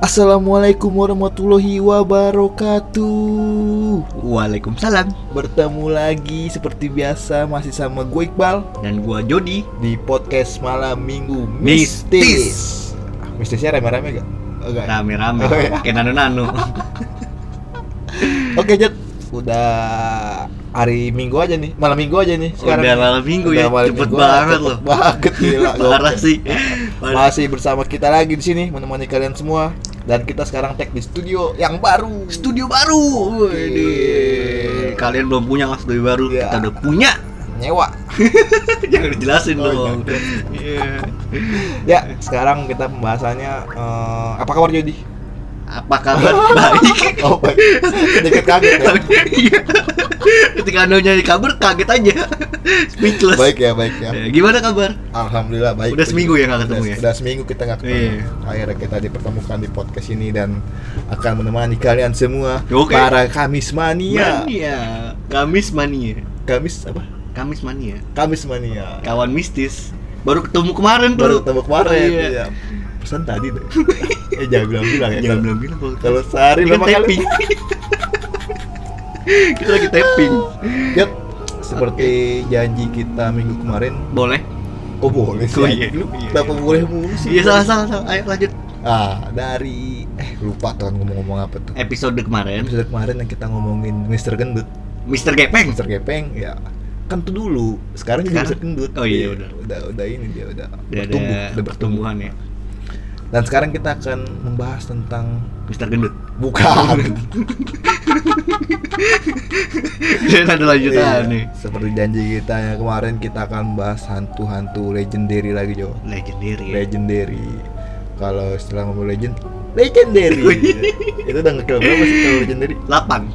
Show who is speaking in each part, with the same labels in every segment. Speaker 1: Assalamualaikum warahmatullahi wabarakatuh
Speaker 2: Waalaikumsalam
Speaker 1: Bertemu lagi seperti biasa masih sama gue Iqbal
Speaker 2: Dan gua Jody
Speaker 1: Di podcast malam minggu
Speaker 2: Mistis. Nah.
Speaker 1: mistis Ah, Mistisnya rame-rame gak? Enggak ya?
Speaker 2: Rame-rame
Speaker 1: Oh, iya.
Speaker 2: Kayak nano-nano
Speaker 1: Oke Jet Udah hari minggu aja nih Malam minggu aja nih sekarang
Speaker 2: Udah malam minggu
Speaker 1: Udah
Speaker 2: ya
Speaker 1: malam
Speaker 2: Cepet
Speaker 1: minggu,
Speaker 2: banget
Speaker 1: cepet
Speaker 2: loh
Speaker 1: banget gila
Speaker 2: Parah
Speaker 1: gokil.
Speaker 2: sih Parah.
Speaker 1: Masih bersama kita lagi di sini menemani kalian semua dan kita sekarang tag di studio yang baru.
Speaker 2: Studio baru Waduh. Kalian belum punya lah studio baru
Speaker 1: Iya.
Speaker 2: Kita udah punya
Speaker 1: nyewa.
Speaker 2: Jangan dijelasin
Speaker 1: Oh,
Speaker 2: dong
Speaker 1: iya.
Speaker 2: Iya.
Speaker 1: Ya, sekarang kita pembahasannya eh, apa kabar Jody?
Speaker 2: Apa kabar? Baik
Speaker 1: Oh, baik. Sedikit kaget ya.
Speaker 2: Iya. Ketika Anda nyari kabar kaget aja Speechless
Speaker 1: Baik ya, baik ya.
Speaker 2: Ya, Gimana kabar?
Speaker 1: Alhamdulillah baik.
Speaker 2: Udah seminggu ya nggak
Speaker 1: Udah,
Speaker 2: ketemu ya?
Speaker 1: udah seminggu kita nggak ketemu.
Speaker 2: Iya.
Speaker 1: Akhirnya kita dipertemukan di podcast ini dan akan menemani kalian semua
Speaker 2: Oke.
Speaker 1: para Kamis mania.
Speaker 2: Mania Kamis mania
Speaker 1: Kamis apa?
Speaker 2: Kamis mania
Speaker 1: Kamis mania.
Speaker 2: kawan mistis baru ketemu kemarin tuh
Speaker 1: baru ketemu kemarin
Speaker 2: iya.
Speaker 1: iya. pesan tadi deh eh jangan bilang bilang ya
Speaker 2: jangan
Speaker 1: kalau-
Speaker 2: bilang bilang kalau
Speaker 1: kalau sehari
Speaker 2: Ini kan
Speaker 1: berapa kali
Speaker 2: taping
Speaker 1: gitu.
Speaker 2: kita lagi taping
Speaker 1: Yap, seperti janji kita minggu kemarin
Speaker 2: boleh
Speaker 1: oh boleh sih
Speaker 2: Oh, iya.
Speaker 1: Lu
Speaker 2: Iya.
Speaker 1: kenapa boleh mulu sih
Speaker 2: iya salah salah salah ayo lanjut
Speaker 1: ah dari eh lupa tuh ngomong-ngomong apa tuh
Speaker 2: episode kemarin
Speaker 1: episode kemarin yang kita ngomongin Mister Gendut
Speaker 2: Mister Gepeng
Speaker 1: Mister Gepeng ya kan tuh dulu sekarang juga
Speaker 2: Sekarang?
Speaker 1: Mister Gendut
Speaker 2: Oh, iya,
Speaker 1: udah
Speaker 2: udah.
Speaker 1: udah udah ini dia udah
Speaker 2: Udah
Speaker 1: bertumbuh
Speaker 2: ada
Speaker 1: udah bertumbuh
Speaker 2: pertumbuhan ya
Speaker 1: dan sekarang kita akan membahas tentang
Speaker 2: Mister Gendut
Speaker 1: bukan
Speaker 2: dan ada lanjutan
Speaker 1: Iya,
Speaker 2: nih
Speaker 1: Seperti janji kita yang kemarin kita akan bahas hantu-hantu legendary lagi Jo.
Speaker 2: legendary
Speaker 1: Iya.
Speaker 2: ya.
Speaker 1: Legendary. Kalau istilah ngomong legend, legendary. itu udah ngekill berapa sih kalau legendary?
Speaker 2: 8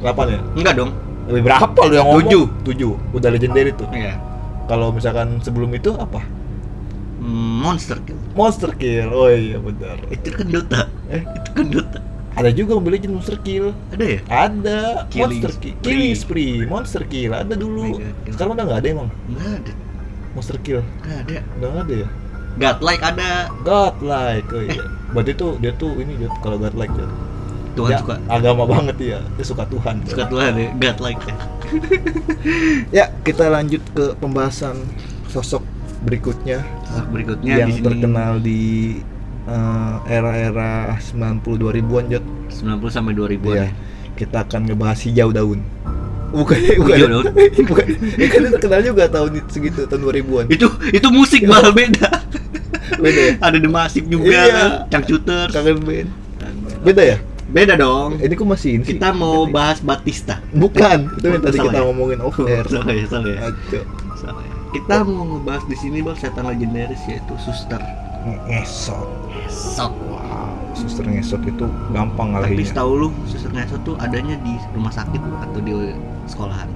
Speaker 1: 8 Iya. ya?
Speaker 2: enggak dong
Speaker 1: Lebih berapa lu yang
Speaker 2: Tujuh.
Speaker 1: ngomong? 7. 7. Udah legendary tuh.
Speaker 2: ya
Speaker 1: Kalau misalkan sebelum itu apa?
Speaker 2: monster kill
Speaker 1: Monster kill. Oh iya benar.
Speaker 2: itu kan Dota
Speaker 1: Eh,
Speaker 2: itu kan Dota
Speaker 1: ada juga mobil legend monster kill.
Speaker 2: ada ya
Speaker 1: Ada
Speaker 2: Killing
Speaker 1: monster kill,
Speaker 2: spree.
Speaker 1: killing spree, monster kill ada dulu.
Speaker 2: Oh my God.
Speaker 1: Sekarang udah nggak ada emang
Speaker 2: enggak ada
Speaker 1: monster kill.
Speaker 2: enggak ada
Speaker 1: Udah nggak ada ya?
Speaker 2: Godlike ada
Speaker 1: Godlike, oh iya. Berarti tuh dia tuh ini dia kalau Godlike dia.
Speaker 2: Tuhan
Speaker 1: dia
Speaker 2: suka
Speaker 1: agama banget ya. Dia suka Tuhan.
Speaker 2: suka Tuhan ya Godlike ya
Speaker 1: Ya, kita lanjut ke pembahasan sosok berikutnya
Speaker 2: Sosok berikutnya
Speaker 1: yang
Speaker 2: Ya, di sini
Speaker 1: terkenal di eh, era-era 90 2000-an Jot.
Speaker 2: 90 sampai ya. 2000
Speaker 1: Iya.
Speaker 2: an
Speaker 1: Kita akan ngebahas hijau daun. Bukan, bukan.
Speaker 2: Hijau daun?
Speaker 1: bukan. Ya, kan dia terkenal juga tahun itu- segitu tahun 2000-an.
Speaker 2: Itu itu musik malah beda.
Speaker 1: Beda ya?
Speaker 2: Ada The Massive juga,
Speaker 1: Iya.
Speaker 2: Cangcuter.
Speaker 1: Kangen band. Beda ya?
Speaker 2: Beda dong.
Speaker 1: Ini kok masih ini sih?
Speaker 2: Kita mau
Speaker 1: Iya.
Speaker 2: bahas Batista.
Speaker 1: Bukan, itu yang tadi
Speaker 2: Salah
Speaker 1: kita
Speaker 2: ya?
Speaker 1: ngomongin off air.
Speaker 2: salah ya, salah ya.
Speaker 1: Oh. Aduh.
Speaker 2: Salah ya. Kita mau ngebahas di sini bang setan legendaris yaitu Suster
Speaker 1: ngesot
Speaker 2: Ngesot.
Speaker 1: wow suster ngesot itu gampang ya.
Speaker 2: Tapi
Speaker 1: ngalahinnya
Speaker 2: setahu lu Suster Ngesot tuh adanya di rumah sakit atau di sekolahan.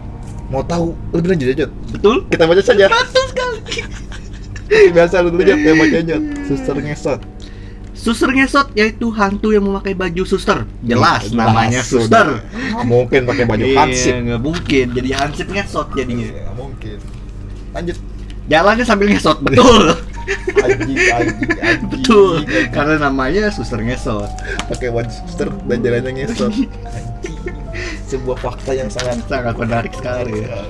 Speaker 1: mau tahu lebih lanjut aja Jod.
Speaker 2: Betul?
Speaker 1: kita baca saja
Speaker 2: Betul sekali.
Speaker 1: biasa lu dulu Jod, yang baca aja suster ngesot
Speaker 2: Suster Ngesot yaitu hantu yang memakai baju suster. Jelas
Speaker 1: Iya, Jelas,
Speaker 2: namanya
Speaker 1: sudah.
Speaker 2: suster.
Speaker 1: Nggak mungkin pakai baju
Speaker 2: Iya,
Speaker 1: hansip
Speaker 2: nggak mungkin. Jadi hansip ngesot jadinya.
Speaker 1: Iya, nggak mungkin lanjut
Speaker 2: Jalannya sambil ngesot, betul.
Speaker 1: aji aji aji Kan
Speaker 2: betul.
Speaker 1: Iya,
Speaker 2: Karena namanya suster ngesot.
Speaker 1: pakai baju suster dan jalannya ngesot Aji. sebuah fakta yang sangat
Speaker 2: Sangat menarik sekali. Ya.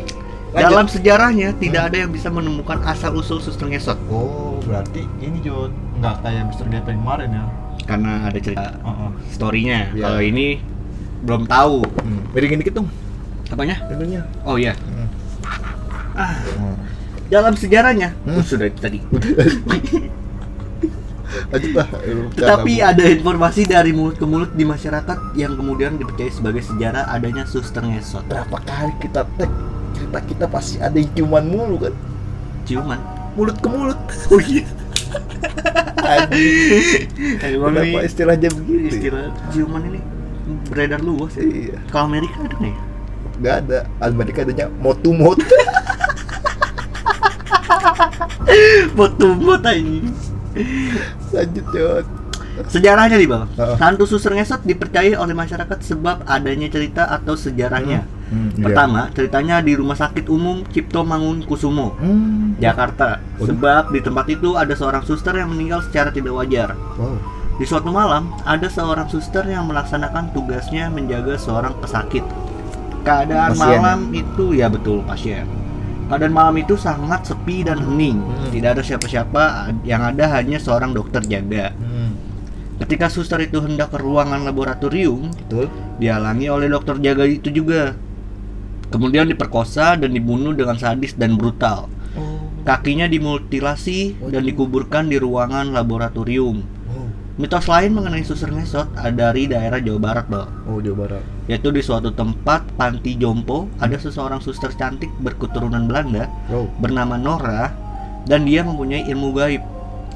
Speaker 2: Dalam
Speaker 1: Lanjut.
Speaker 2: sejarahnya tidak ada yang bisa menemukan asal usul suster ngesot
Speaker 1: oh berarti ini Jod nggak kayak Mister Gepeng kemarin ya
Speaker 2: karena ada cerita
Speaker 1: Heeh.
Speaker 2: storynya.
Speaker 1: Iya.
Speaker 2: Kalau ini belum tahu.
Speaker 1: Hmm. miringin dikit dong
Speaker 2: Apanya?
Speaker 1: tentunya
Speaker 2: Oh iya.
Speaker 1: Hmm.
Speaker 2: Ah, dalam sejarahnya
Speaker 1: Hmm.
Speaker 2: Oh, sudah tadi.
Speaker 1: lanjut lah
Speaker 2: Tetapi ada informasi dari mulut ke mulut di masyarakat yang kemudian dipercaya sebagai sejarah adanya suster ngesot.
Speaker 1: berapa kali kita tag cerita kita pasti ada yang ciuman mulu kan
Speaker 2: Ciuman.
Speaker 1: mulut ke mulut
Speaker 2: Oh iya.
Speaker 1: Anjing,
Speaker 2: Emang
Speaker 1: kenapa
Speaker 2: nih
Speaker 1: istilahnya begitu ya?
Speaker 2: istilah ciuman ini beredar luas ya.
Speaker 1: iya
Speaker 2: Kalau Amerika ada nggak ya?
Speaker 1: nggak ada Amerika adanya mot to mot
Speaker 2: Buat tumbuh tanya.
Speaker 1: lanjut Jon
Speaker 2: Sejarahnya nih bang,
Speaker 1: Heeh.
Speaker 2: hantu suster ngesot dipercaya oleh masyarakat sebab adanya cerita atau sejarahnya.
Speaker 1: Hmm, iya.
Speaker 2: Pertama, ceritanya di Rumah Sakit Umum Cipto Mangunkusumo,
Speaker 1: hmm.
Speaker 2: Jakarta.
Speaker 1: Waduh.
Speaker 2: Sebab di tempat itu ada seorang suster yang meninggal secara tidak wajar.
Speaker 1: wow
Speaker 2: Di suatu malam, ada seorang suster yang melaksanakan tugasnya menjaga seorang pesakit.
Speaker 1: Pasien.
Speaker 2: Keadaan malam itu ya betul pasien. Keadaan malam itu sangat sepi dan hening.
Speaker 1: Hmm.
Speaker 2: Tidak ada siapa-siapa, yang ada hanya seorang dokter jaga.
Speaker 1: Hmm,
Speaker 2: Ketika suster itu hendak ke ruangan laboratorium,
Speaker 1: betul.
Speaker 2: dihalangi oleh dokter jaga itu juga. Kemudian diperkosa dan dibunuh dengan sadis dan brutal.
Speaker 1: Oh.
Speaker 2: Kakinya dimutilasi dan dikuburkan di ruangan laboratorium.
Speaker 1: Oh,
Speaker 2: Mitos lain mengenai suster ngesot ada dari daerah Jawa Barat, Bang.
Speaker 1: oh Jawa Barat.
Speaker 2: Yaitu di suatu tempat panti jompo ada seseorang suster cantik berketurunan Belanda
Speaker 1: Oh,
Speaker 2: bernama Nora dan dia mempunyai ilmu gaib.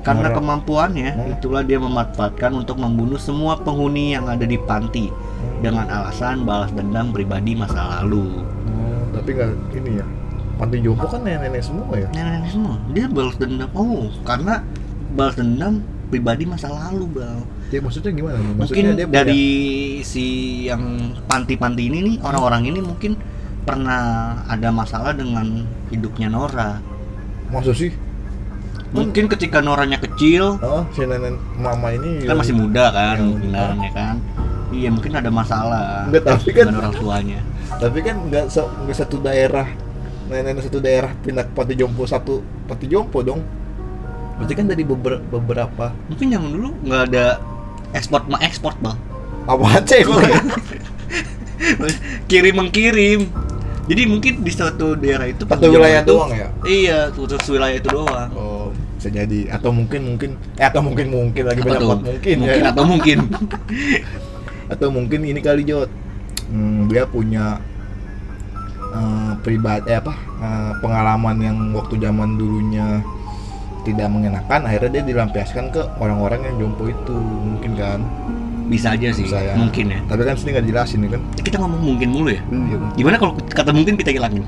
Speaker 2: Karena
Speaker 1: Nora.
Speaker 2: kemampuannya,
Speaker 1: Hmm.
Speaker 2: itulah dia memanfaatkan untuk membunuh semua penghuni yang ada di panti dengan alasan balas dendam pribadi masa lalu.
Speaker 1: Oh, tapi nggak ini ya. Panti jompo kan nenek-nenek semua ya.
Speaker 2: Nenek-nenek semua, dia balas dendam. Oh, karena balas dendam pribadi masa lalu, Bang.
Speaker 1: Ya maksudnya gimana? nih?
Speaker 2: mungkin
Speaker 1: Maksudnya punya-
Speaker 2: dari si yang panti-panti ini nih orang-orang ini mungkin pernah ada masalah dengan hidupnya Nora.
Speaker 1: maksud sih? Hmm.
Speaker 2: Mungkin ketika Noranya kecil,
Speaker 1: Oh, si nenek mama ini
Speaker 2: kan masih muda kan,
Speaker 1: Iya.
Speaker 2: mungkinan ya kan. Iya mungkin ada masalah
Speaker 1: Enggak, tapi kan-
Speaker 2: dengan orang tuanya.
Speaker 1: Tapi kan nggak se nggak satu daerah nenek-nenek satu daerah pindah ke panti jompo satu panti jompo dong. Berarti kan dari beber- beberapa
Speaker 2: Mungkin zaman dulu nggak ada ekspor ma ekspor bang,
Speaker 1: apa aja ya?
Speaker 2: kirim mengkirim. Jadi mungkin di suatu daerah itu
Speaker 1: satu
Speaker 2: zaman
Speaker 1: wilayah
Speaker 2: itu-
Speaker 1: doang ya.
Speaker 2: Iya, khusus wilayah itu doang.
Speaker 1: Oh, bisa jadi atau mungkin mungkin eh atau mungkin mungkin lagi
Speaker 2: Apa
Speaker 1: banyak
Speaker 2: tuh?
Speaker 1: banget mungkin,
Speaker 2: mungkin
Speaker 1: ya.
Speaker 2: atau mungkin.
Speaker 1: atau mungkin ini kali Jod Hmm, dia punya eh, pribadi eh, apa eh, pengalaman yang waktu zaman dulunya tidak mengenakan akhirnya dia dilampiaskan ke orang-orang yang jompo itu mungkin kan
Speaker 2: Bisa aja sih,
Speaker 1: Bisa ya.
Speaker 2: mungkin ya.
Speaker 1: tapi kan sini nggak jelasin nih kan
Speaker 2: kita ngomong mungkin mulu ya
Speaker 1: Iya, mungkin.
Speaker 2: gimana kalau kata mungkin kita hilangin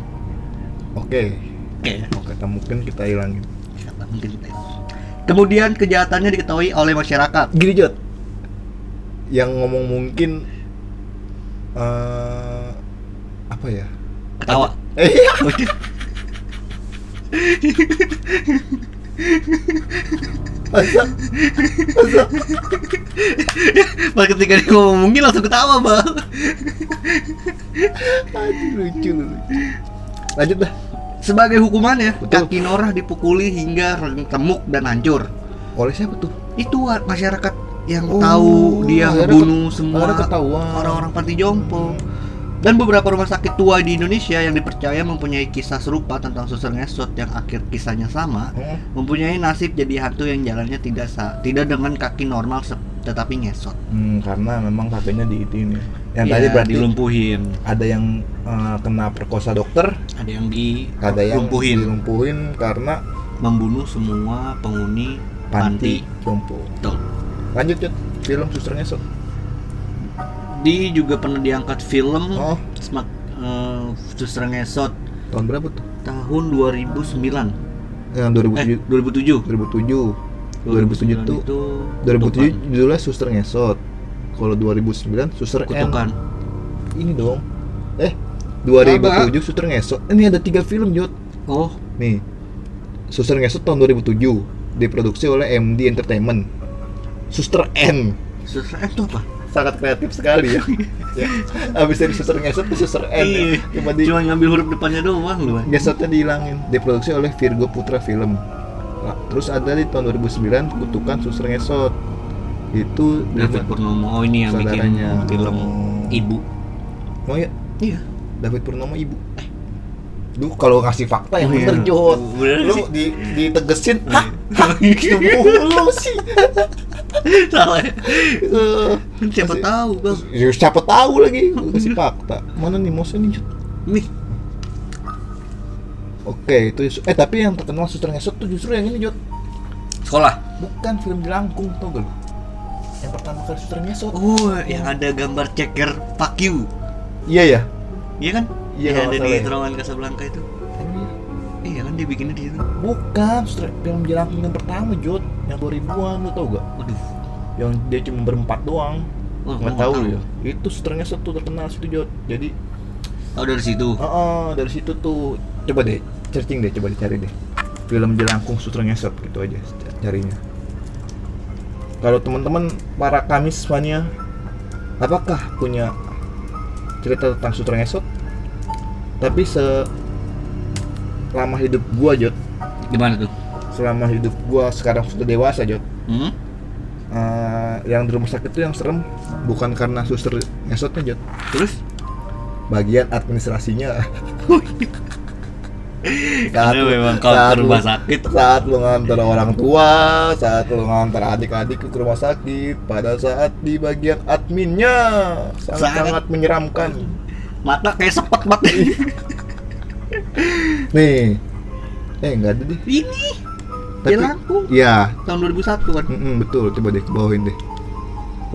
Speaker 1: oke
Speaker 2: oke ya.
Speaker 1: oke tak mungkin kita hilangin
Speaker 2: kata mungkin kita hilangin kemudian kejahatannya diketahui oleh masyarakat
Speaker 1: gini Jod yang ngomong mungkin eh apa ya
Speaker 2: ketawa
Speaker 1: eh masa masa
Speaker 2: pas ketika dia ngomong mungkin langsung ketawa bang
Speaker 1: Aduh, lucu lucu lanjut dah
Speaker 2: sebagai hukumannya
Speaker 1: Betul.
Speaker 2: kaki Norah dipukuli hingga remuk dan hancur
Speaker 1: oleh siapa tuh
Speaker 2: itu wa- masyarakat yang
Speaker 1: Oh,
Speaker 2: tahu dia
Speaker 1: akhirnya
Speaker 2: membunuh
Speaker 1: ket-
Speaker 2: semua
Speaker 1: akhirnya ketahuan.
Speaker 2: orang-orang panti jompo dan beberapa rumah sakit tua di Indonesia yang dipercaya mempunyai kisah serupa tentang suster ngesot yang akhir kisahnya sama
Speaker 1: Oh.
Speaker 2: mempunyai nasib jadi hantu yang jalannya tidak sa tidak dengan kaki normal se- tetapi ngesot.
Speaker 1: hmm, karena memang kakeknya diitin ya yang
Speaker 2: Iya,
Speaker 1: tadi berarti
Speaker 2: dilumpuhin.
Speaker 1: ada yang eh, kena perkosa dokter
Speaker 2: Ada yang
Speaker 1: ada yang
Speaker 2: dilumpuhin,
Speaker 1: dilumpuhin karena
Speaker 2: membunuh semua penghuni
Speaker 1: panti
Speaker 2: panti.
Speaker 1: jompo
Speaker 2: Betul.
Speaker 1: lanjut Jod film suster ngesot
Speaker 2: Di juga pernah diangkat film
Speaker 1: oh
Speaker 2: Smak eh, Suster Ngesot
Speaker 1: tahun berapa tuh
Speaker 2: tahun 2009.
Speaker 1: yang
Speaker 2: Eh, Oh,
Speaker 1: 2007
Speaker 2: 2007.
Speaker 1: 2007 2007 tuh
Speaker 2: 2007
Speaker 1: 2007 judulnya Suster Ngesot. Kalau 2009 Suster N.
Speaker 2: kutukan.
Speaker 1: Ini dong. Eh, 2007 Suster Ngesot. Ini ada tiga film, Jod.
Speaker 2: Oh,
Speaker 1: Nih. Suster Ngesot tahun 2007 diproduksi oleh MD Entertainment. Suster N.
Speaker 2: Suster N itu apa?
Speaker 1: Sangat kreatif sekali ya. ya. Abis dari Suster Ngesot ke Suster N. ya.
Speaker 2: Iya.
Speaker 1: Cuma di
Speaker 2: Cuma ngambil huruf depannya doang eh. lu.
Speaker 1: Gesotnya dihilangin. Diproduksi oleh Virgo Putra Film. Nah, terus ada di tahun 2009 Kutukan Suster Ngesot. Itu
Speaker 2: David Purnomo. Oh, ini yang bikin
Speaker 1: Iya, Saudaranya.
Speaker 2: film Ibu.
Speaker 1: Mau ya?
Speaker 2: Iya.
Speaker 1: David Purnomo ibu. Lu kalau ngasih fakta yang
Speaker 2: Oh, iya.
Speaker 1: bener Jod.
Speaker 2: Bener
Speaker 1: Lu
Speaker 2: sih. Nah.
Speaker 1: di ditegesin. Hah? Lu sih.
Speaker 2: Salah. ya.
Speaker 1: Eh,
Speaker 2: Siapa
Speaker 1: kasih-
Speaker 2: tahu, Bang.
Speaker 1: ya, siapa tahu lagi Lu kasih fakta. Mana nih mouse nih? Jod?
Speaker 2: Nih,
Speaker 1: Oke, itu eh tapi yang terkenal suster ngesot tuh justru yang ini Jod.
Speaker 2: sekolah.
Speaker 1: Bukan film jelangkung tau gak lu? Yang pertama kali suster ngesot.
Speaker 2: Oh, yang ada gambar ceker Fuck you.
Speaker 1: Iya ya.
Speaker 2: Iya kan?
Speaker 1: Iya,
Speaker 2: Yang
Speaker 1: kalau
Speaker 2: ada
Speaker 1: nggak
Speaker 2: di
Speaker 1: salah ya.
Speaker 2: terowongan Casablanca itu. Iya kan dia bikinnya di situ.
Speaker 1: Bukan, suster, film jelangkung yang pertama Jod, yang 2000-an lu tau gak?
Speaker 2: Waduh.
Speaker 1: yang dia cuma berempat doang
Speaker 2: Wah,
Speaker 1: nggak
Speaker 2: gua nggak
Speaker 1: tahu
Speaker 2: tahu.
Speaker 1: ya itu suternya satu terkenal situ Jod jadi
Speaker 2: Oh, dari situ.
Speaker 1: oh, dari situ tuh coba deh searching deh coba dicari deh film jelangkung suternya satu gitu aja carinya Kalau teman-teman para Kamis mania, apakah punya cerita tentang sutra ngesot? Tapi selama hidup gua Jod,
Speaker 2: Gimana tuh?
Speaker 1: selama hidup gua sekarang sudah dewasa Jod,
Speaker 2: Hmm?
Speaker 1: eh, yang di rumah sakit itu yang serem bukan karena suster ngesotnya Jod,
Speaker 2: Terus?
Speaker 1: bagian administrasinya.
Speaker 2: Karena
Speaker 1: lu-
Speaker 2: memang kalau
Speaker 1: saat
Speaker 2: ke rumah
Speaker 1: lu-
Speaker 2: sakit.
Speaker 1: saat lu ngantar orang tua, saat lu ngantar adik-adik ke rumah sakit, pada saat di bagian adminnya sangat, sangat menyeramkan.
Speaker 2: Mata kayak sepet banget.
Speaker 1: Nih, eh nggak ada deh.
Speaker 2: Ini
Speaker 1: Tapi-
Speaker 2: Jelangkung
Speaker 1: Iya,
Speaker 2: tahun 2001 kan.
Speaker 1: mm-mm, betul. Coba deh ke bawahin deh.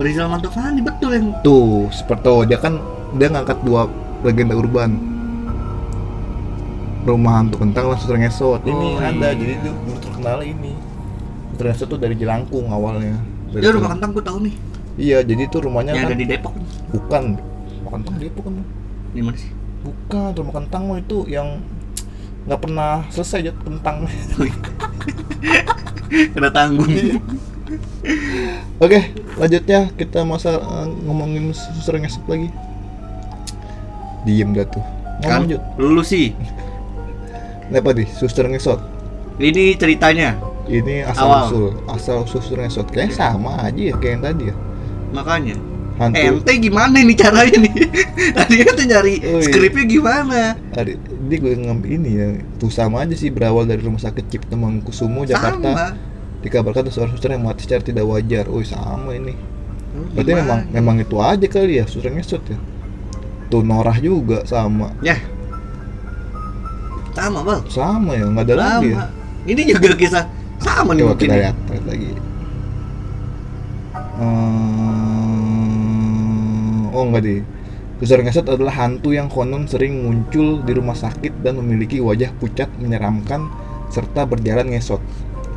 Speaker 2: Rizal Mantovani betul yang
Speaker 1: Tuh, seperti oh, dia kan dia ngangkat dua legenda urban. Rumah hantu kentang langsung terengesot. ini
Speaker 2: Oh,
Speaker 1: ada,
Speaker 2: iya.
Speaker 1: jadi dia dulu terkenal ini. Terengesot tuh dari Jelangkung awalnya. Dari
Speaker 2: Dia Ya,
Speaker 1: Jelangkung.
Speaker 2: rumah kentang gue tahu nih.
Speaker 1: Iya, jadi itu rumahnya
Speaker 2: Yang
Speaker 1: kan
Speaker 2: ada di Depok.
Speaker 1: bukan rumah kentang dia bukan
Speaker 2: Di mana sih?
Speaker 1: bukan rumah kentang mah itu yang nggak pernah selesai jat kentang
Speaker 2: Kena tanggung.
Speaker 1: Iya. oke lanjutnya kita masa eh, ngomongin susur ngesot lagi diem dah tuh
Speaker 2: kan
Speaker 1: lanjut
Speaker 2: lulu sih.
Speaker 1: apa nih suster ngesot
Speaker 2: Ini ceritanya.
Speaker 1: ini asal
Speaker 2: Awal.
Speaker 1: usul asal usul suster ngesot kayaknya
Speaker 2: Iya.
Speaker 1: sama aja ya kayak yang tadi ya
Speaker 2: Makanya
Speaker 1: hantu
Speaker 2: MT gimana nih caranya nih? Tadi kan tuh nyari
Speaker 1: Ui.
Speaker 2: skripnya gimana?
Speaker 1: Hari- ini gue ngambil ini ya tuh sama aja sih berawal dari rumah sakit Cipto Mangkusumo Jakarta
Speaker 2: Sama.
Speaker 1: dikabarkan ada seorang suster yang mati secara tidak wajar oh sama ini
Speaker 2: Lu
Speaker 1: Berarti
Speaker 2: gimana?
Speaker 1: memang memang itu aja kali ya susah ngesut ya. Tuh Norah juga sama.
Speaker 2: ya sama bang.
Speaker 1: Sama ya, nggak ada
Speaker 2: Sama.
Speaker 1: lagi ya.
Speaker 2: Ini juga kisah sama nih
Speaker 1: Coba
Speaker 2: mungkin. ya.
Speaker 1: kita lihat, lihat lagi. Hmm, oh nggak deh. Susar ngesot adalah hantu yang konon sering muncul di rumah sakit dan memiliki wajah pucat menyeramkan serta berjalan ngesot.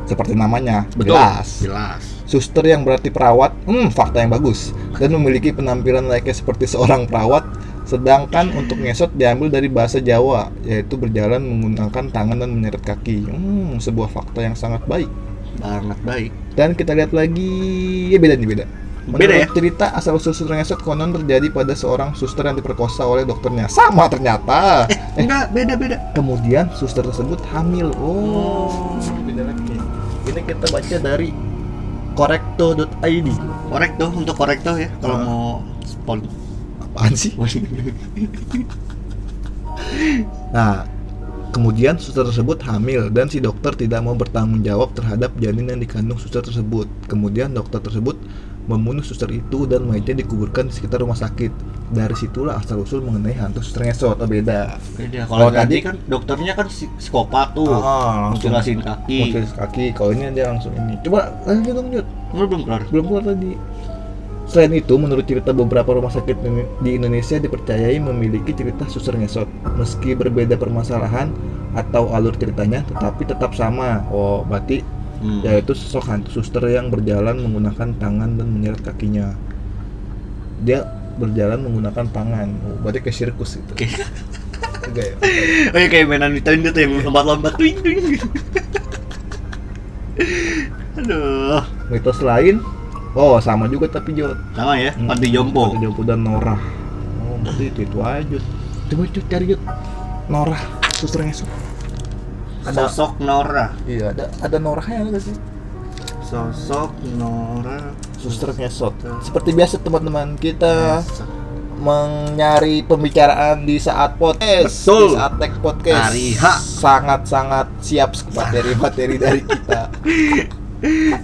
Speaker 1: Seperti namanya,
Speaker 2: Betul.
Speaker 1: jelas.
Speaker 2: Jelas.
Speaker 1: Suster yang berarti perawat, hmm, fakta yang bagus. Dan memiliki penampilan layaknya seperti seorang perawat. Sedangkan untuk ngesot diambil dari bahasa Jawa, yaitu berjalan menggunakan tangan dan menyeret kaki. Hmm, sebuah fakta yang sangat baik.
Speaker 2: Banget baik.
Speaker 1: Dan kita lihat lagi, ya beda nih beda.
Speaker 2: Beda ya?
Speaker 1: Menurut cerita asal usul suster ngesot konon terjadi pada seorang suster yang diperkosa oleh dokternya. Sama ternyata.
Speaker 2: Eh, Enggak, beda-beda.
Speaker 1: Kemudian suster tersebut hamil. Oh, beda lagi. Ini kita baca dari korekto.id.
Speaker 2: Korek tuh untuk korek tuh ya kalau
Speaker 1: Ah.
Speaker 2: mau spon.
Speaker 1: Apaan sih? Nah, kemudian suster tersebut hamil dan si dokter tidak mau bertanggung jawab terhadap janin yang dikandung suster tersebut. Kemudian dokter tersebut membunuh suster itu dan mayatnya dikuburkan di sekitar rumah sakit. Dari situlah asal usul mengenai hantu suster ngesot. Oh beda.
Speaker 2: beda. Kalau
Speaker 1: Kalau
Speaker 2: tadi
Speaker 1: Oh, tadi-
Speaker 2: kan dokternya kan psik- psikopat tuh.
Speaker 1: Ah, langsung
Speaker 2: Mutilasin kaki.
Speaker 1: mutilasi kaki. Kalau ini dia langsung ini. Coba lanjut lanjut.
Speaker 2: Lu belum keluar.
Speaker 1: belum keluar tadi. Selain itu, menurut cerita beberapa rumah sakit di- di Indonesia dipercayai memiliki cerita suster ngesot. Meski berbeda permasalahan atau alur ceritanya, tetapi tetap sama. Oh, berarti
Speaker 2: Hmm.
Speaker 1: yaitu sosok hantu suster yang berjalan menggunakan tangan dan menyeret kakinya. Dia berjalan menggunakan tangan. Oh, berarti kayak sirkus gitu.
Speaker 2: Oke.
Speaker 1: Enggak ya?
Speaker 2: Oh iya kayak mainan Nintendo tuh yang lompat-lompat tuh. Aduh,
Speaker 1: Mitos lain, oh sama juga tapi Jod.
Speaker 2: sama ya,
Speaker 1: Hmm.
Speaker 2: panti jompo.
Speaker 1: Panti Jompo dan Nora. Oh, berarti itu itu aja. Jud. Coba Jud, cari Jud. Nora, suster ngesot. Ada-
Speaker 2: Sosok Nora,
Speaker 1: Iya, ada ada Norahnya ada nggak sih?
Speaker 2: sosok Nora,
Speaker 1: Suster ngesot. Seperti biasa teman-teman, kita
Speaker 2: Sosok.
Speaker 1: mencari pembicaraan di saat podcast, di
Speaker 2: Betul.
Speaker 1: saat tag podcast.
Speaker 2: Hari H.
Speaker 1: Sangat-sangat siap materi-materi dari kita.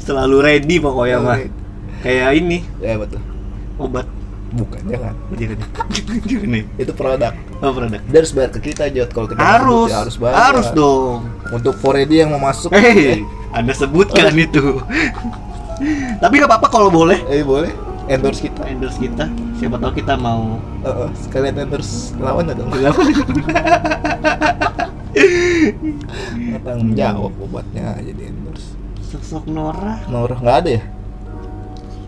Speaker 2: Selalu ready
Speaker 1: Oh, iya,
Speaker 2: pokoknya mah. Kayak ini
Speaker 1: Ya betul.
Speaker 2: obat.
Speaker 1: Bukan jangan.
Speaker 2: Jangan jangan nih.
Speaker 1: Itu produk.
Speaker 2: Oh produk.
Speaker 1: Dia harus bayar ke kita, Jod. Kalau kita
Speaker 2: Harus,
Speaker 1: nggak butuh, ya harus Eh.
Speaker 2: harus,
Speaker 1: bayar.
Speaker 2: dong.
Speaker 1: Untuk 4 yang mau masuk.
Speaker 2: Hei, Anda sebutkan itu. Tapi nggak apa-apa kalau boleh.
Speaker 1: Eh, eh, boleh. Endorse kita.
Speaker 2: Endorse kita, siapa tahu kita mau
Speaker 1: Uh, sekalian endorse lawan ada nggak tanggung jawab obatnya jadi endorse
Speaker 2: sosok Nora.
Speaker 1: Nora nggak ada ya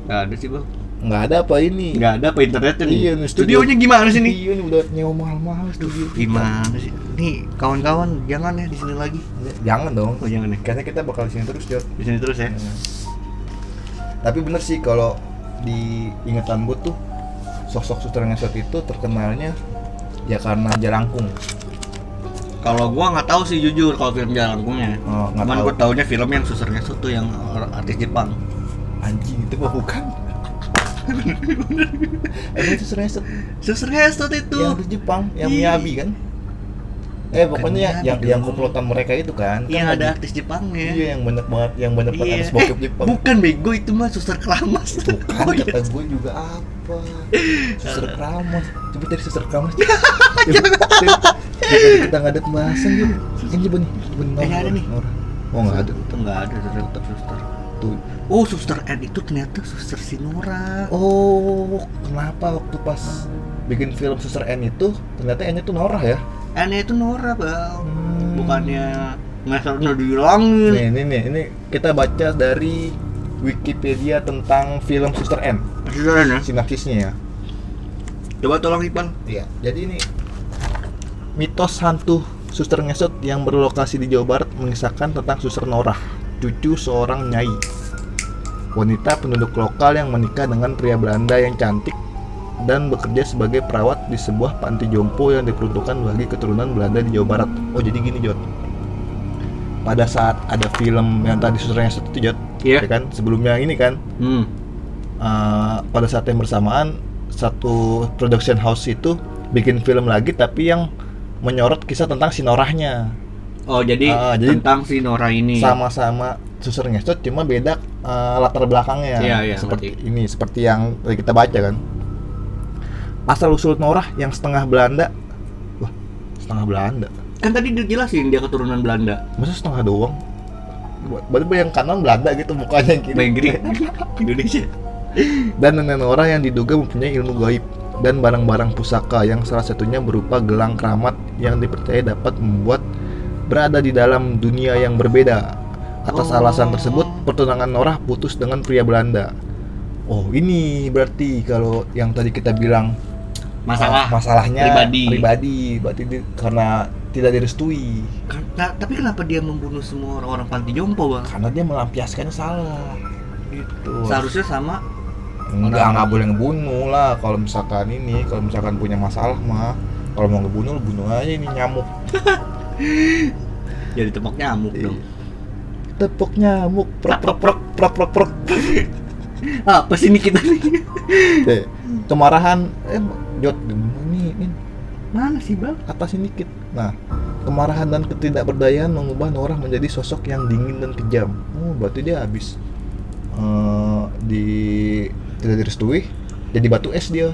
Speaker 2: Nggak ada sih bang.
Speaker 1: nggak ada apa ini
Speaker 2: Nggak ada apa internetnya nih?
Speaker 1: Iya, nih, studio.
Speaker 2: Studionya gimana sih nih?
Speaker 1: iya nih udah nyewa mahal-mahal studio
Speaker 2: Gimana sih? Nih kawan-kawan jangan ya di sini lagi.
Speaker 1: jangan dong
Speaker 2: Oh jangan ya.
Speaker 1: kayaknya kita bakal di sini terus Jod
Speaker 2: Di sini terus ya.
Speaker 1: tapi bener sih kalau di ingatan gue tuh sosok suster ngesot itu terkenalnya ya karena Jarangkung
Speaker 2: Kalau gua nggak tahu sih jujur kalau film Jalangkungnya.
Speaker 1: Oh, nggak
Speaker 2: Cuman
Speaker 1: tahu.
Speaker 2: gua taunya film yang suster ngesot tuh yang or- artis Jepang.
Speaker 1: anjing itu mah bukan emang itu serius
Speaker 2: Suster ngesot itu.
Speaker 1: yang di Jepang yang
Speaker 2: Ih.
Speaker 1: Miyabi kan eh pokoknya
Speaker 2: Miyabi
Speaker 1: yang
Speaker 2: dong.
Speaker 1: yang komplotan mereka itu kan Kan
Speaker 2: yang Iya, ada
Speaker 1: lagi-
Speaker 2: artis Jepangnya.
Speaker 1: iya yang banyak banget yang banyak banget
Speaker 2: Iya.
Speaker 1: artis bokep
Speaker 2: Eh,
Speaker 1: Jepang
Speaker 2: Bukan bego itu mah suster keramas.
Speaker 1: bukan
Speaker 2: Oh, iya.
Speaker 1: kata gue juga apa suster
Speaker 2: Salah.
Speaker 1: keramas coba dari suster keramas coba coba- coba kita nggak ada pembahasan gitu ini coba nih coba nih,
Speaker 2: Eh, nggak ada
Speaker 1: orang-
Speaker 2: nih.
Speaker 1: orang. oh nggak ada
Speaker 2: Itu nggak ada suster tetap suster.
Speaker 1: tuh
Speaker 2: Oh, suster N itu ternyata suster Sinora.
Speaker 1: oh kenapa waktu pas bikin film suster N itu ternyata N nya tuh Norah ya
Speaker 2: N itu Nora, Bang.
Speaker 1: Hmm.
Speaker 2: Bukannya ngesot di langit.
Speaker 1: nih ini nih ini kita baca dari Wikipedia tentang film Suster N
Speaker 2: Suster N ya?
Speaker 1: sinapsisnya ya
Speaker 2: Coba tolong Ipan.
Speaker 1: Iya, jadi ini mitos hantu Suster Ngesot yang berlokasi di Jawa Barat mengisahkan tentang Suster Norah, cucu seorang nyai. Wanita penduduk lokal yang menikah dengan pria Belanda yang cantik dan bekerja sebagai perawat di sebuah panti jompo yang diperuntukkan bagi keturunan Belanda di Jawa Barat. Oh, jadi gini, Jot. Pada saat ada film yang tadi Suster Ngesot itu, Jot,
Speaker 2: Iya.
Speaker 1: ya kan? Sebelumnya ini kan,
Speaker 2: Hmm.
Speaker 1: Uh, pada saat yang bersamaan satu production house itu bikin film lagi tapi yang menyorot kisah tentang si Norahnya
Speaker 2: Oh, jadi
Speaker 1: Ah, jadi-
Speaker 2: tentang si Nora ini.
Speaker 1: sama-sama susur ngesot cuma beda uh, latar belakangnya
Speaker 2: Iya, iya,
Speaker 1: seperti
Speaker 2: ngerti.
Speaker 1: ini seperti yang tadi kita baca kan asal usul Norah yang setengah Belanda wah setengah Belanda
Speaker 2: Kan tadi dijelasin dia keturunan Belanda.
Speaker 1: masa setengah doang berarti yang kanan Belanda gitu mukanya yang kiri
Speaker 2: Negeri Indonesia.
Speaker 1: dan nenek Nora yang diduga mempunyai ilmu gaib dan barang-barang pusaka yang salah satunya berupa gelang keramat yang dipercaya dapat membuat berada di dalam dunia yang berbeda. Atas
Speaker 2: Oh.
Speaker 1: alasan tersebut, pertunangan Norah putus dengan pria Belanda. Oh, ini berarti kalau yang tadi kita bilang
Speaker 2: Masalah.
Speaker 1: uh, masalahnya
Speaker 2: pribadi.
Speaker 1: pribadi, berarti di- karena tidak direstui,
Speaker 2: Kan- nah, tapi kenapa dia membunuh semua orang-orang panti jompo, Bang?
Speaker 1: karena dia melampiaskannya salah. Gitu.
Speaker 2: Seharusnya sama
Speaker 1: Enggak,
Speaker 2: Orang-
Speaker 1: nggak boleh ngebunuh lah kalau misalkan ini, kalau misalkan punya masalah mah kalau mau ngebunuh, lu bunuh aja ini nyamuk
Speaker 2: jadi tembok nyamuk
Speaker 1: Iya.
Speaker 2: dong.
Speaker 1: tepuk nyamuk, prok prok prok prok prok prok
Speaker 2: Ah, Apa sih ini kita nih?
Speaker 1: Deh, Eh, kemarahan, eh jod, ini, ini
Speaker 2: Mana sih, Bang?
Speaker 1: atas ini dikit nah kemarahan dan ketidakberdayaan mengubah Norah menjadi sosok yang dingin dan kejam oh berarti dia habis eh, di tidak direstui jadi batu es dia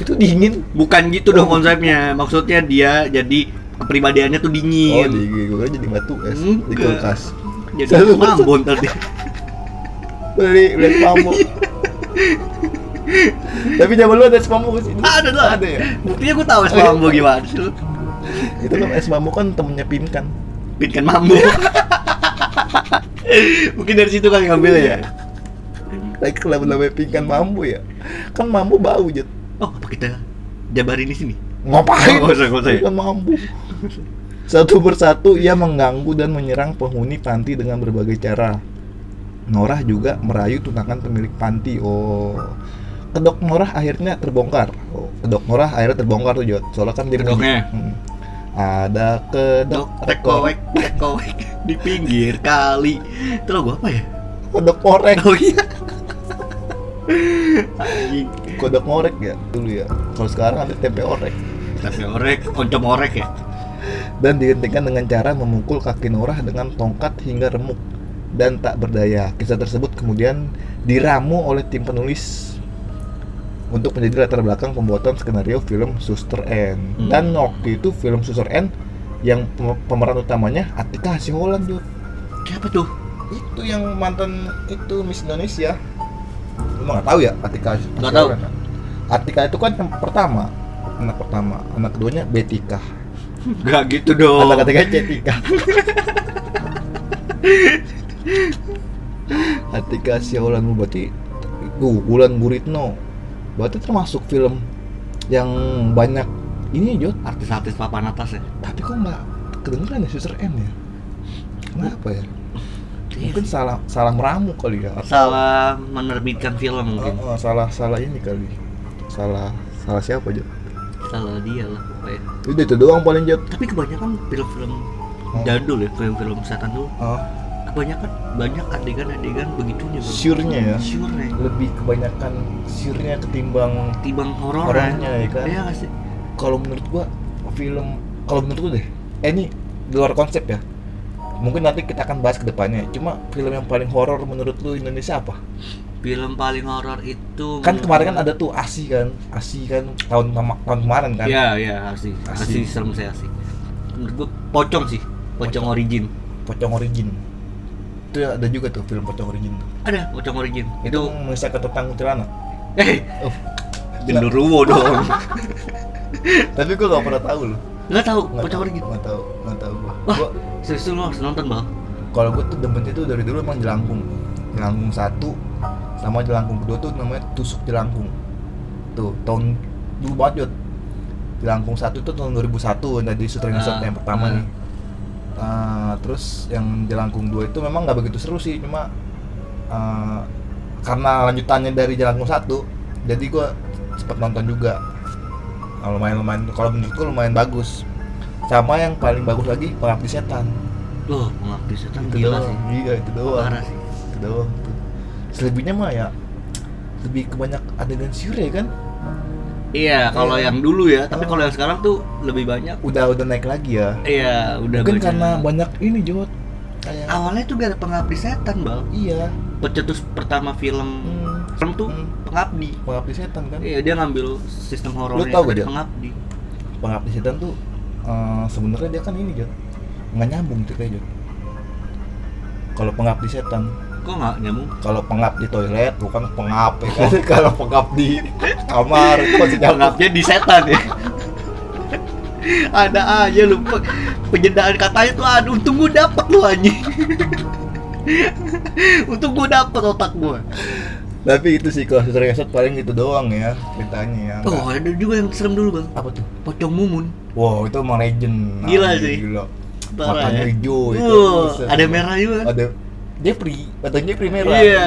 Speaker 1: itu dingin
Speaker 2: Eh, Bukan
Speaker 1: Oh.
Speaker 2: gitu dong konsepnya. Maksudnya dia jadi kepribadiannya tuh
Speaker 1: oh
Speaker 2: dingin.
Speaker 1: di gue jadi batu es di
Speaker 2: Enggak.
Speaker 1: kulkas
Speaker 2: jadi
Speaker 1: Selalu
Speaker 2: mambon tadi.
Speaker 1: beli beli spamuk tapi zaman lu ada es spamuk sih
Speaker 2: Ada lah.
Speaker 1: ada ya
Speaker 2: Buktinya gue tahu sama mambo gimana sih lu.
Speaker 1: itu kan es spamuk kan temennya pinkan
Speaker 2: Pinkan mambo. Mungkin dari situ kan ngambil ya.
Speaker 1: lagi kenapa namanya pinkan mambu ya kan mambu bau jet
Speaker 2: Oh, apa kita jabarin di sini?
Speaker 1: ngapain
Speaker 2: Oh, nggak usah, nggak usah ya.
Speaker 1: Bukan mampu. Satu persatu ia mengganggu dan menyerang penghuni panti dengan berbagai cara. Norah juga merayu tunangan pemilik panti. Oh, kedok Norah akhirnya terbongkar. Oh, kedok Norah akhirnya terbongkar tuh Jod. Soalnya kan dia
Speaker 2: Kedoknya?
Speaker 1: Hmm. Ada kedok
Speaker 2: Dok, rekoek, rekoek di pinggir kali. Itu lagu apa ya?
Speaker 1: kedok korek,
Speaker 2: Oh iya. Anjing.
Speaker 1: kedok korek ya dulu ya. Kalau sekarang ada tempe orek.
Speaker 2: Tapi orek, oncom orek ya.
Speaker 1: dan dihentikan dengan cara memukul kaki Norah dengan tongkat hingga remuk dan tak berdaya. Kisah tersebut kemudian diramu oleh tim penulis untuk menjadi latar belakang pembuatan skenario film Suster N.
Speaker 2: Hmm.
Speaker 1: Dan waktu itu film Suster N yang pem- pemeran utamanya Atika Hasiholan Jud.
Speaker 2: Siapa tuh?
Speaker 1: Itu yang mantan itu Miss Indonesia. Lu nggak tahu ya Atika Hasiholan?
Speaker 2: Nggak tahu.
Speaker 1: Atika itu kan yang pertama, anak pertama, anak keduanya Betika.
Speaker 2: Gak gitu dong.
Speaker 1: Anak ketiga Cetika. Atika Siaulan berarti tuh Wulan Guritno. Berarti termasuk film yang banyak ini Jod,
Speaker 2: Artis-artis papan atas ya.
Speaker 1: tapi kok nggak kedengeran ya Suster M ya? Kenapa ya? mungkin salah salah meramu kali ya atau
Speaker 2: salah menerbitkan film
Speaker 1: Eh,
Speaker 2: mungkin
Speaker 1: eh, salah salah ini kali salah salah siapa aja
Speaker 2: salah dia lah pokoknya
Speaker 1: itu itu doang paling jat
Speaker 2: tapi kebanyakan film-film jadul ya film-film setan tuh
Speaker 1: Oh,
Speaker 2: kebanyakan banyak adegan-adegan begitunya bro
Speaker 1: Syurnya ya?
Speaker 2: syurnya
Speaker 1: lebih kebanyakan sirnya ketimbang
Speaker 2: tibang horor
Speaker 1: Horornya, ya kan?
Speaker 2: iya nggak sih
Speaker 1: kalau menurut gua film kalau menurut gua deh eh ini di luar konsep ya mungkin nanti kita akan bahas kedepannya cuma film yang paling horor menurut lu Indonesia apa
Speaker 2: film paling horor itu
Speaker 1: kan kemarin kan ada tuh asi kan asi kan tahun kema- tahun kemarin kan
Speaker 2: iya iya asli
Speaker 1: Asli.
Speaker 2: asli serem saya asli menurut gua pocong sih pocong origin
Speaker 1: pocong origin itu ada juga tuh film pocong origin
Speaker 2: ada pocong origin
Speaker 1: itu
Speaker 2: itu
Speaker 1: mengisahkan tentang kuntilanak
Speaker 2: eh
Speaker 1: Oh.
Speaker 2: genderuwo dong
Speaker 1: tapi gua gak pernah tahu loh
Speaker 2: nggak tahu
Speaker 1: Nggak
Speaker 2: pocong
Speaker 1: tahu,
Speaker 2: origin
Speaker 1: nggak tahu nggak tahu gua
Speaker 2: Wah.
Speaker 1: Gua-
Speaker 2: serius lu harus nonton bang
Speaker 1: kalau gue tuh demen itu dari dulu emang jelangkung jelangkung satu sama jelangkung kedua tuh namanya tusuk jelangkung tuh tahun dulu banget Jod. jelangkung satu tuh tahun 2001 dari sutradara
Speaker 2: Ah,
Speaker 1: shot yang pertama
Speaker 2: ah.
Speaker 1: nih Ah, terus yang jelangkung dua itu memang nggak begitu seru sih cuma ah, karena lanjutannya dari jelangkung satu jadi gue sempet nonton juga Ah, lumayan lumayan kalau menurut gue lumayan bagus sama yang paling bagus lagi pengabdi setan
Speaker 2: loh pengabdi setan
Speaker 1: itu doang.
Speaker 2: gila sih
Speaker 1: Iya, itu doang
Speaker 2: parah sih
Speaker 1: itu doang tuh. selebihnya mah ya lebih kebanyak adegan syur ya kan
Speaker 2: iya kalau
Speaker 1: Iya.
Speaker 2: yang dulu ya tapi
Speaker 1: Oh.
Speaker 2: kalau yang sekarang tuh lebih banyak
Speaker 1: udah udah naik lagi ya
Speaker 2: iya udah
Speaker 1: mungkin
Speaker 2: banyak.
Speaker 1: karena banyak ini jod kayak
Speaker 2: awalnya tuh gara pengabdi setan bang
Speaker 1: iya
Speaker 2: pecetus pertama film
Speaker 1: hmm,
Speaker 2: film tuh
Speaker 1: Hmm.
Speaker 2: pengabdi
Speaker 1: pengabdi setan kan
Speaker 2: Iya dia ngambil sistem horornya
Speaker 1: tau gak
Speaker 2: dari
Speaker 1: dia?
Speaker 2: pengabdi.
Speaker 1: pengabdi setan tuh eh, sebenarnya dia kan ini jod nggak nyambung tuh kayak jod kalau pengabdi setan
Speaker 2: Kok nggak nyambung?
Speaker 1: kalau pengap di toilet bukan pengap ya kan kalau pengap di kamar itu masih nyambung
Speaker 2: Pengabdinya di setan ya. Ada aja lu pe- penjendaan katanya tuh aduh untung gua dapet lu anjing. untung gua dapet otak gua.
Speaker 1: tapi itu sih kalau sutradara ngesot paling itu doang ya ceritanya ya nggak-
Speaker 2: Oh ada juga yang serem dulu bang.
Speaker 1: apa tuh
Speaker 2: Pocong mumun.
Speaker 1: Wow, itu emang legend.
Speaker 2: Gila
Speaker 1: Anjing,
Speaker 2: sih.
Speaker 1: Gila.
Speaker 2: Parah
Speaker 1: Matanya
Speaker 2: ya.
Speaker 1: hijau itu.
Speaker 2: Uh,
Speaker 1: Buset.
Speaker 2: ada merah juga kan?
Speaker 1: Ada dia pri, matanya pri merah.
Speaker 2: Iya.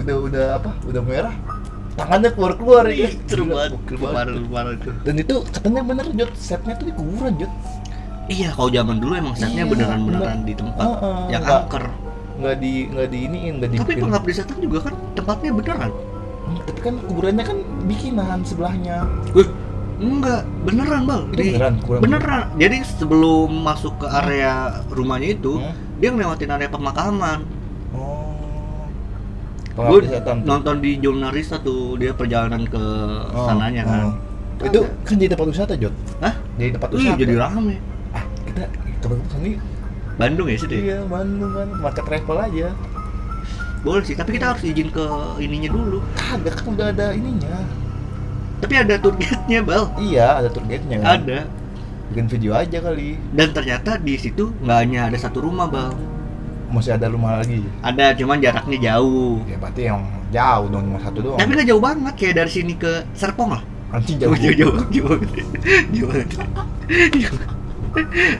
Speaker 1: Udah udah apa? Udah merah. Tangannya keluar-keluar
Speaker 2: Ih,
Speaker 1: ya.
Speaker 2: Serem
Speaker 1: Gila,
Speaker 2: banget.
Speaker 1: gokil
Speaker 2: Parah parah tuh.
Speaker 1: Dan itu katanya bener Jod, setnya tuh di kuburan Jod
Speaker 2: Iya kalau zaman dulu emang setnya
Speaker 1: Iya,
Speaker 2: beneran beneran
Speaker 1: bener.
Speaker 2: di tempat
Speaker 1: Heeh,
Speaker 2: yang
Speaker 1: nggak-
Speaker 2: angker.
Speaker 1: Nggak di, nggak di iniin, nggak di
Speaker 2: Tapi pengabdi setan juga kan tempatnya beneran.
Speaker 1: Tapi kan kuburannya kan bikinan sebelahnya
Speaker 2: Wih, enggak, beneran bang.
Speaker 1: Itu beneran, kurang
Speaker 2: beneran. Jadi sebelum masuk ke area rumahnya itu,
Speaker 1: Hmm.
Speaker 2: dia ngelewatin area pemakaman.
Speaker 1: Oh
Speaker 2: Gue
Speaker 1: Pengabdi setan tuh.
Speaker 2: nonton di jurnalis tuh dia perjalanan ke
Speaker 1: Oh,
Speaker 2: sananya kan.
Speaker 1: oh. Itu kan jadi tempat wisata Jod
Speaker 2: Hah?
Speaker 1: Jadi tempat
Speaker 2: Wih,
Speaker 1: wisata
Speaker 2: jadi rame.
Speaker 1: Ah, kita tempat wisata ini
Speaker 2: Bandung ya sih deh.
Speaker 1: Iya, Bandung kan market travel aja.
Speaker 2: Boleh sih, tapi kita harus izin ke ininya dulu.
Speaker 1: Kagak kan udah ada ininya.
Speaker 2: Tapi ada tour guide-nya, Bal.
Speaker 1: Iya, ada tour guide-nya. kan.
Speaker 2: Ada.
Speaker 1: Bikin video aja kali.
Speaker 2: Dan ternyata di situ nggak hanya ada satu rumah, Bal.
Speaker 1: Masih ada rumah lagi.
Speaker 2: Ada, cuman jaraknya jauh.
Speaker 1: Ya berarti yang jauh dong, cuma satu doang.
Speaker 2: Tapi nggak jauh banget, kayak dari sini ke Serpong lah.
Speaker 1: Anjing
Speaker 2: jauh
Speaker 1: jauh.
Speaker 2: jauh jauh jauh jauh jauh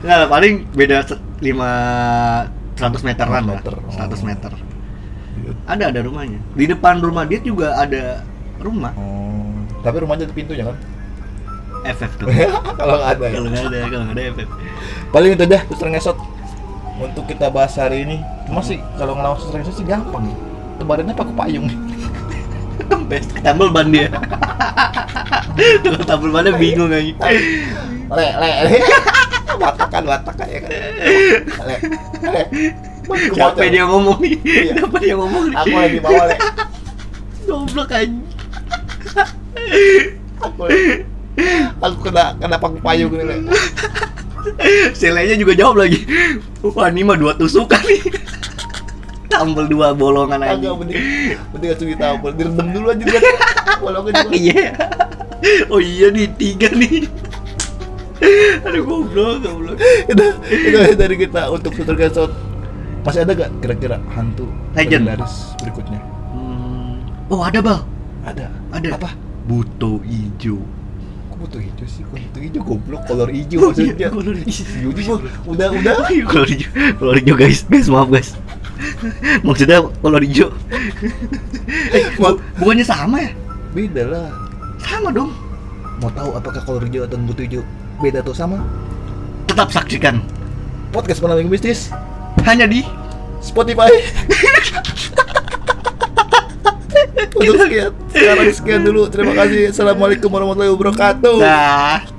Speaker 2: nggak lah paling beda se- lima 100 meteran lah
Speaker 1: 100 meter. Oh.
Speaker 2: 100 meter
Speaker 1: Iya.
Speaker 2: ada ada rumahnya di depan rumah dia juga ada rumah
Speaker 1: Oh, tapi rumahnya ada pintunya kan?
Speaker 2: FF tuh
Speaker 1: Kalau nggak ada ya.
Speaker 2: kalau nggak ada kalau nggak ada FF
Speaker 1: Paling itu dah suster ngesot untuk kita bahas hari ini. Cuma sih kalau ngelawan suster ngesot sih gampang. Tebarannya pakai payung.
Speaker 2: kempes tambal ban dia tukang tambal bannya bingung aja
Speaker 1: Le, le, le. Batakan, batakan ya kan. Le, le.
Speaker 2: capek dia ngomong nih
Speaker 1: Iya.
Speaker 2: Kenapa dia ngomong nih
Speaker 1: Aku lagi bawa le.
Speaker 2: goblok aja
Speaker 1: aku aku Kan kena kena paku payung gitu Le.
Speaker 2: Selenya juga jawab lagi. Wah ini mah dua tusukan nih. Tambel dua bolongan aja.
Speaker 1: agak mending mending langsung ditampol direndam dulu aja dia bolongnya juga
Speaker 2: Iya. Oh iya nih tiga nih. Aduh goblok goblok.
Speaker 1: itu itu aja dari kita untuk tutor gasot masih ada gak kira-kira hantu
Speaker 2: Legend.
Speaker 1: legendaris berikutnya
Speaker 2: Hmm. Oh ada bal.
Speaker 1: ada
Speaker 2: Ada.
Speaker 1: apa
Speaker 2: Buto ijo.
Speaker 1: kok butuh hijau sih kok butuh hijau goblok kolor hijau Iya, maksudnya
Speaker 2: Eh. Oh, Iya, Kolor Oh, iya, hijau.
Speaker 1: Yudi gua udah udah
Speaker 2: Kolor hijau. Kolor hijau guys. Guys maaf guys. Maksudnya kolor hijau. eh, bu- bukannya sama ya?
Speaker 1: Beda lah.
Speaker 2: Sama dong.
Speaker 1: Mau tahu apakah kolor hijau atau rambut hijau beda atau sama?
Speaker 2: Tetap saksikan
Speaker 1: Podcast malam minggu mistis
Speaker 2: hanya di
Speaker 1: Spotify. Untuk sekian, sekarang sekian dulu. Terima kasih. Assalamualaikum warahmatullahi wabarakatuh.
Speaker 2: Dah.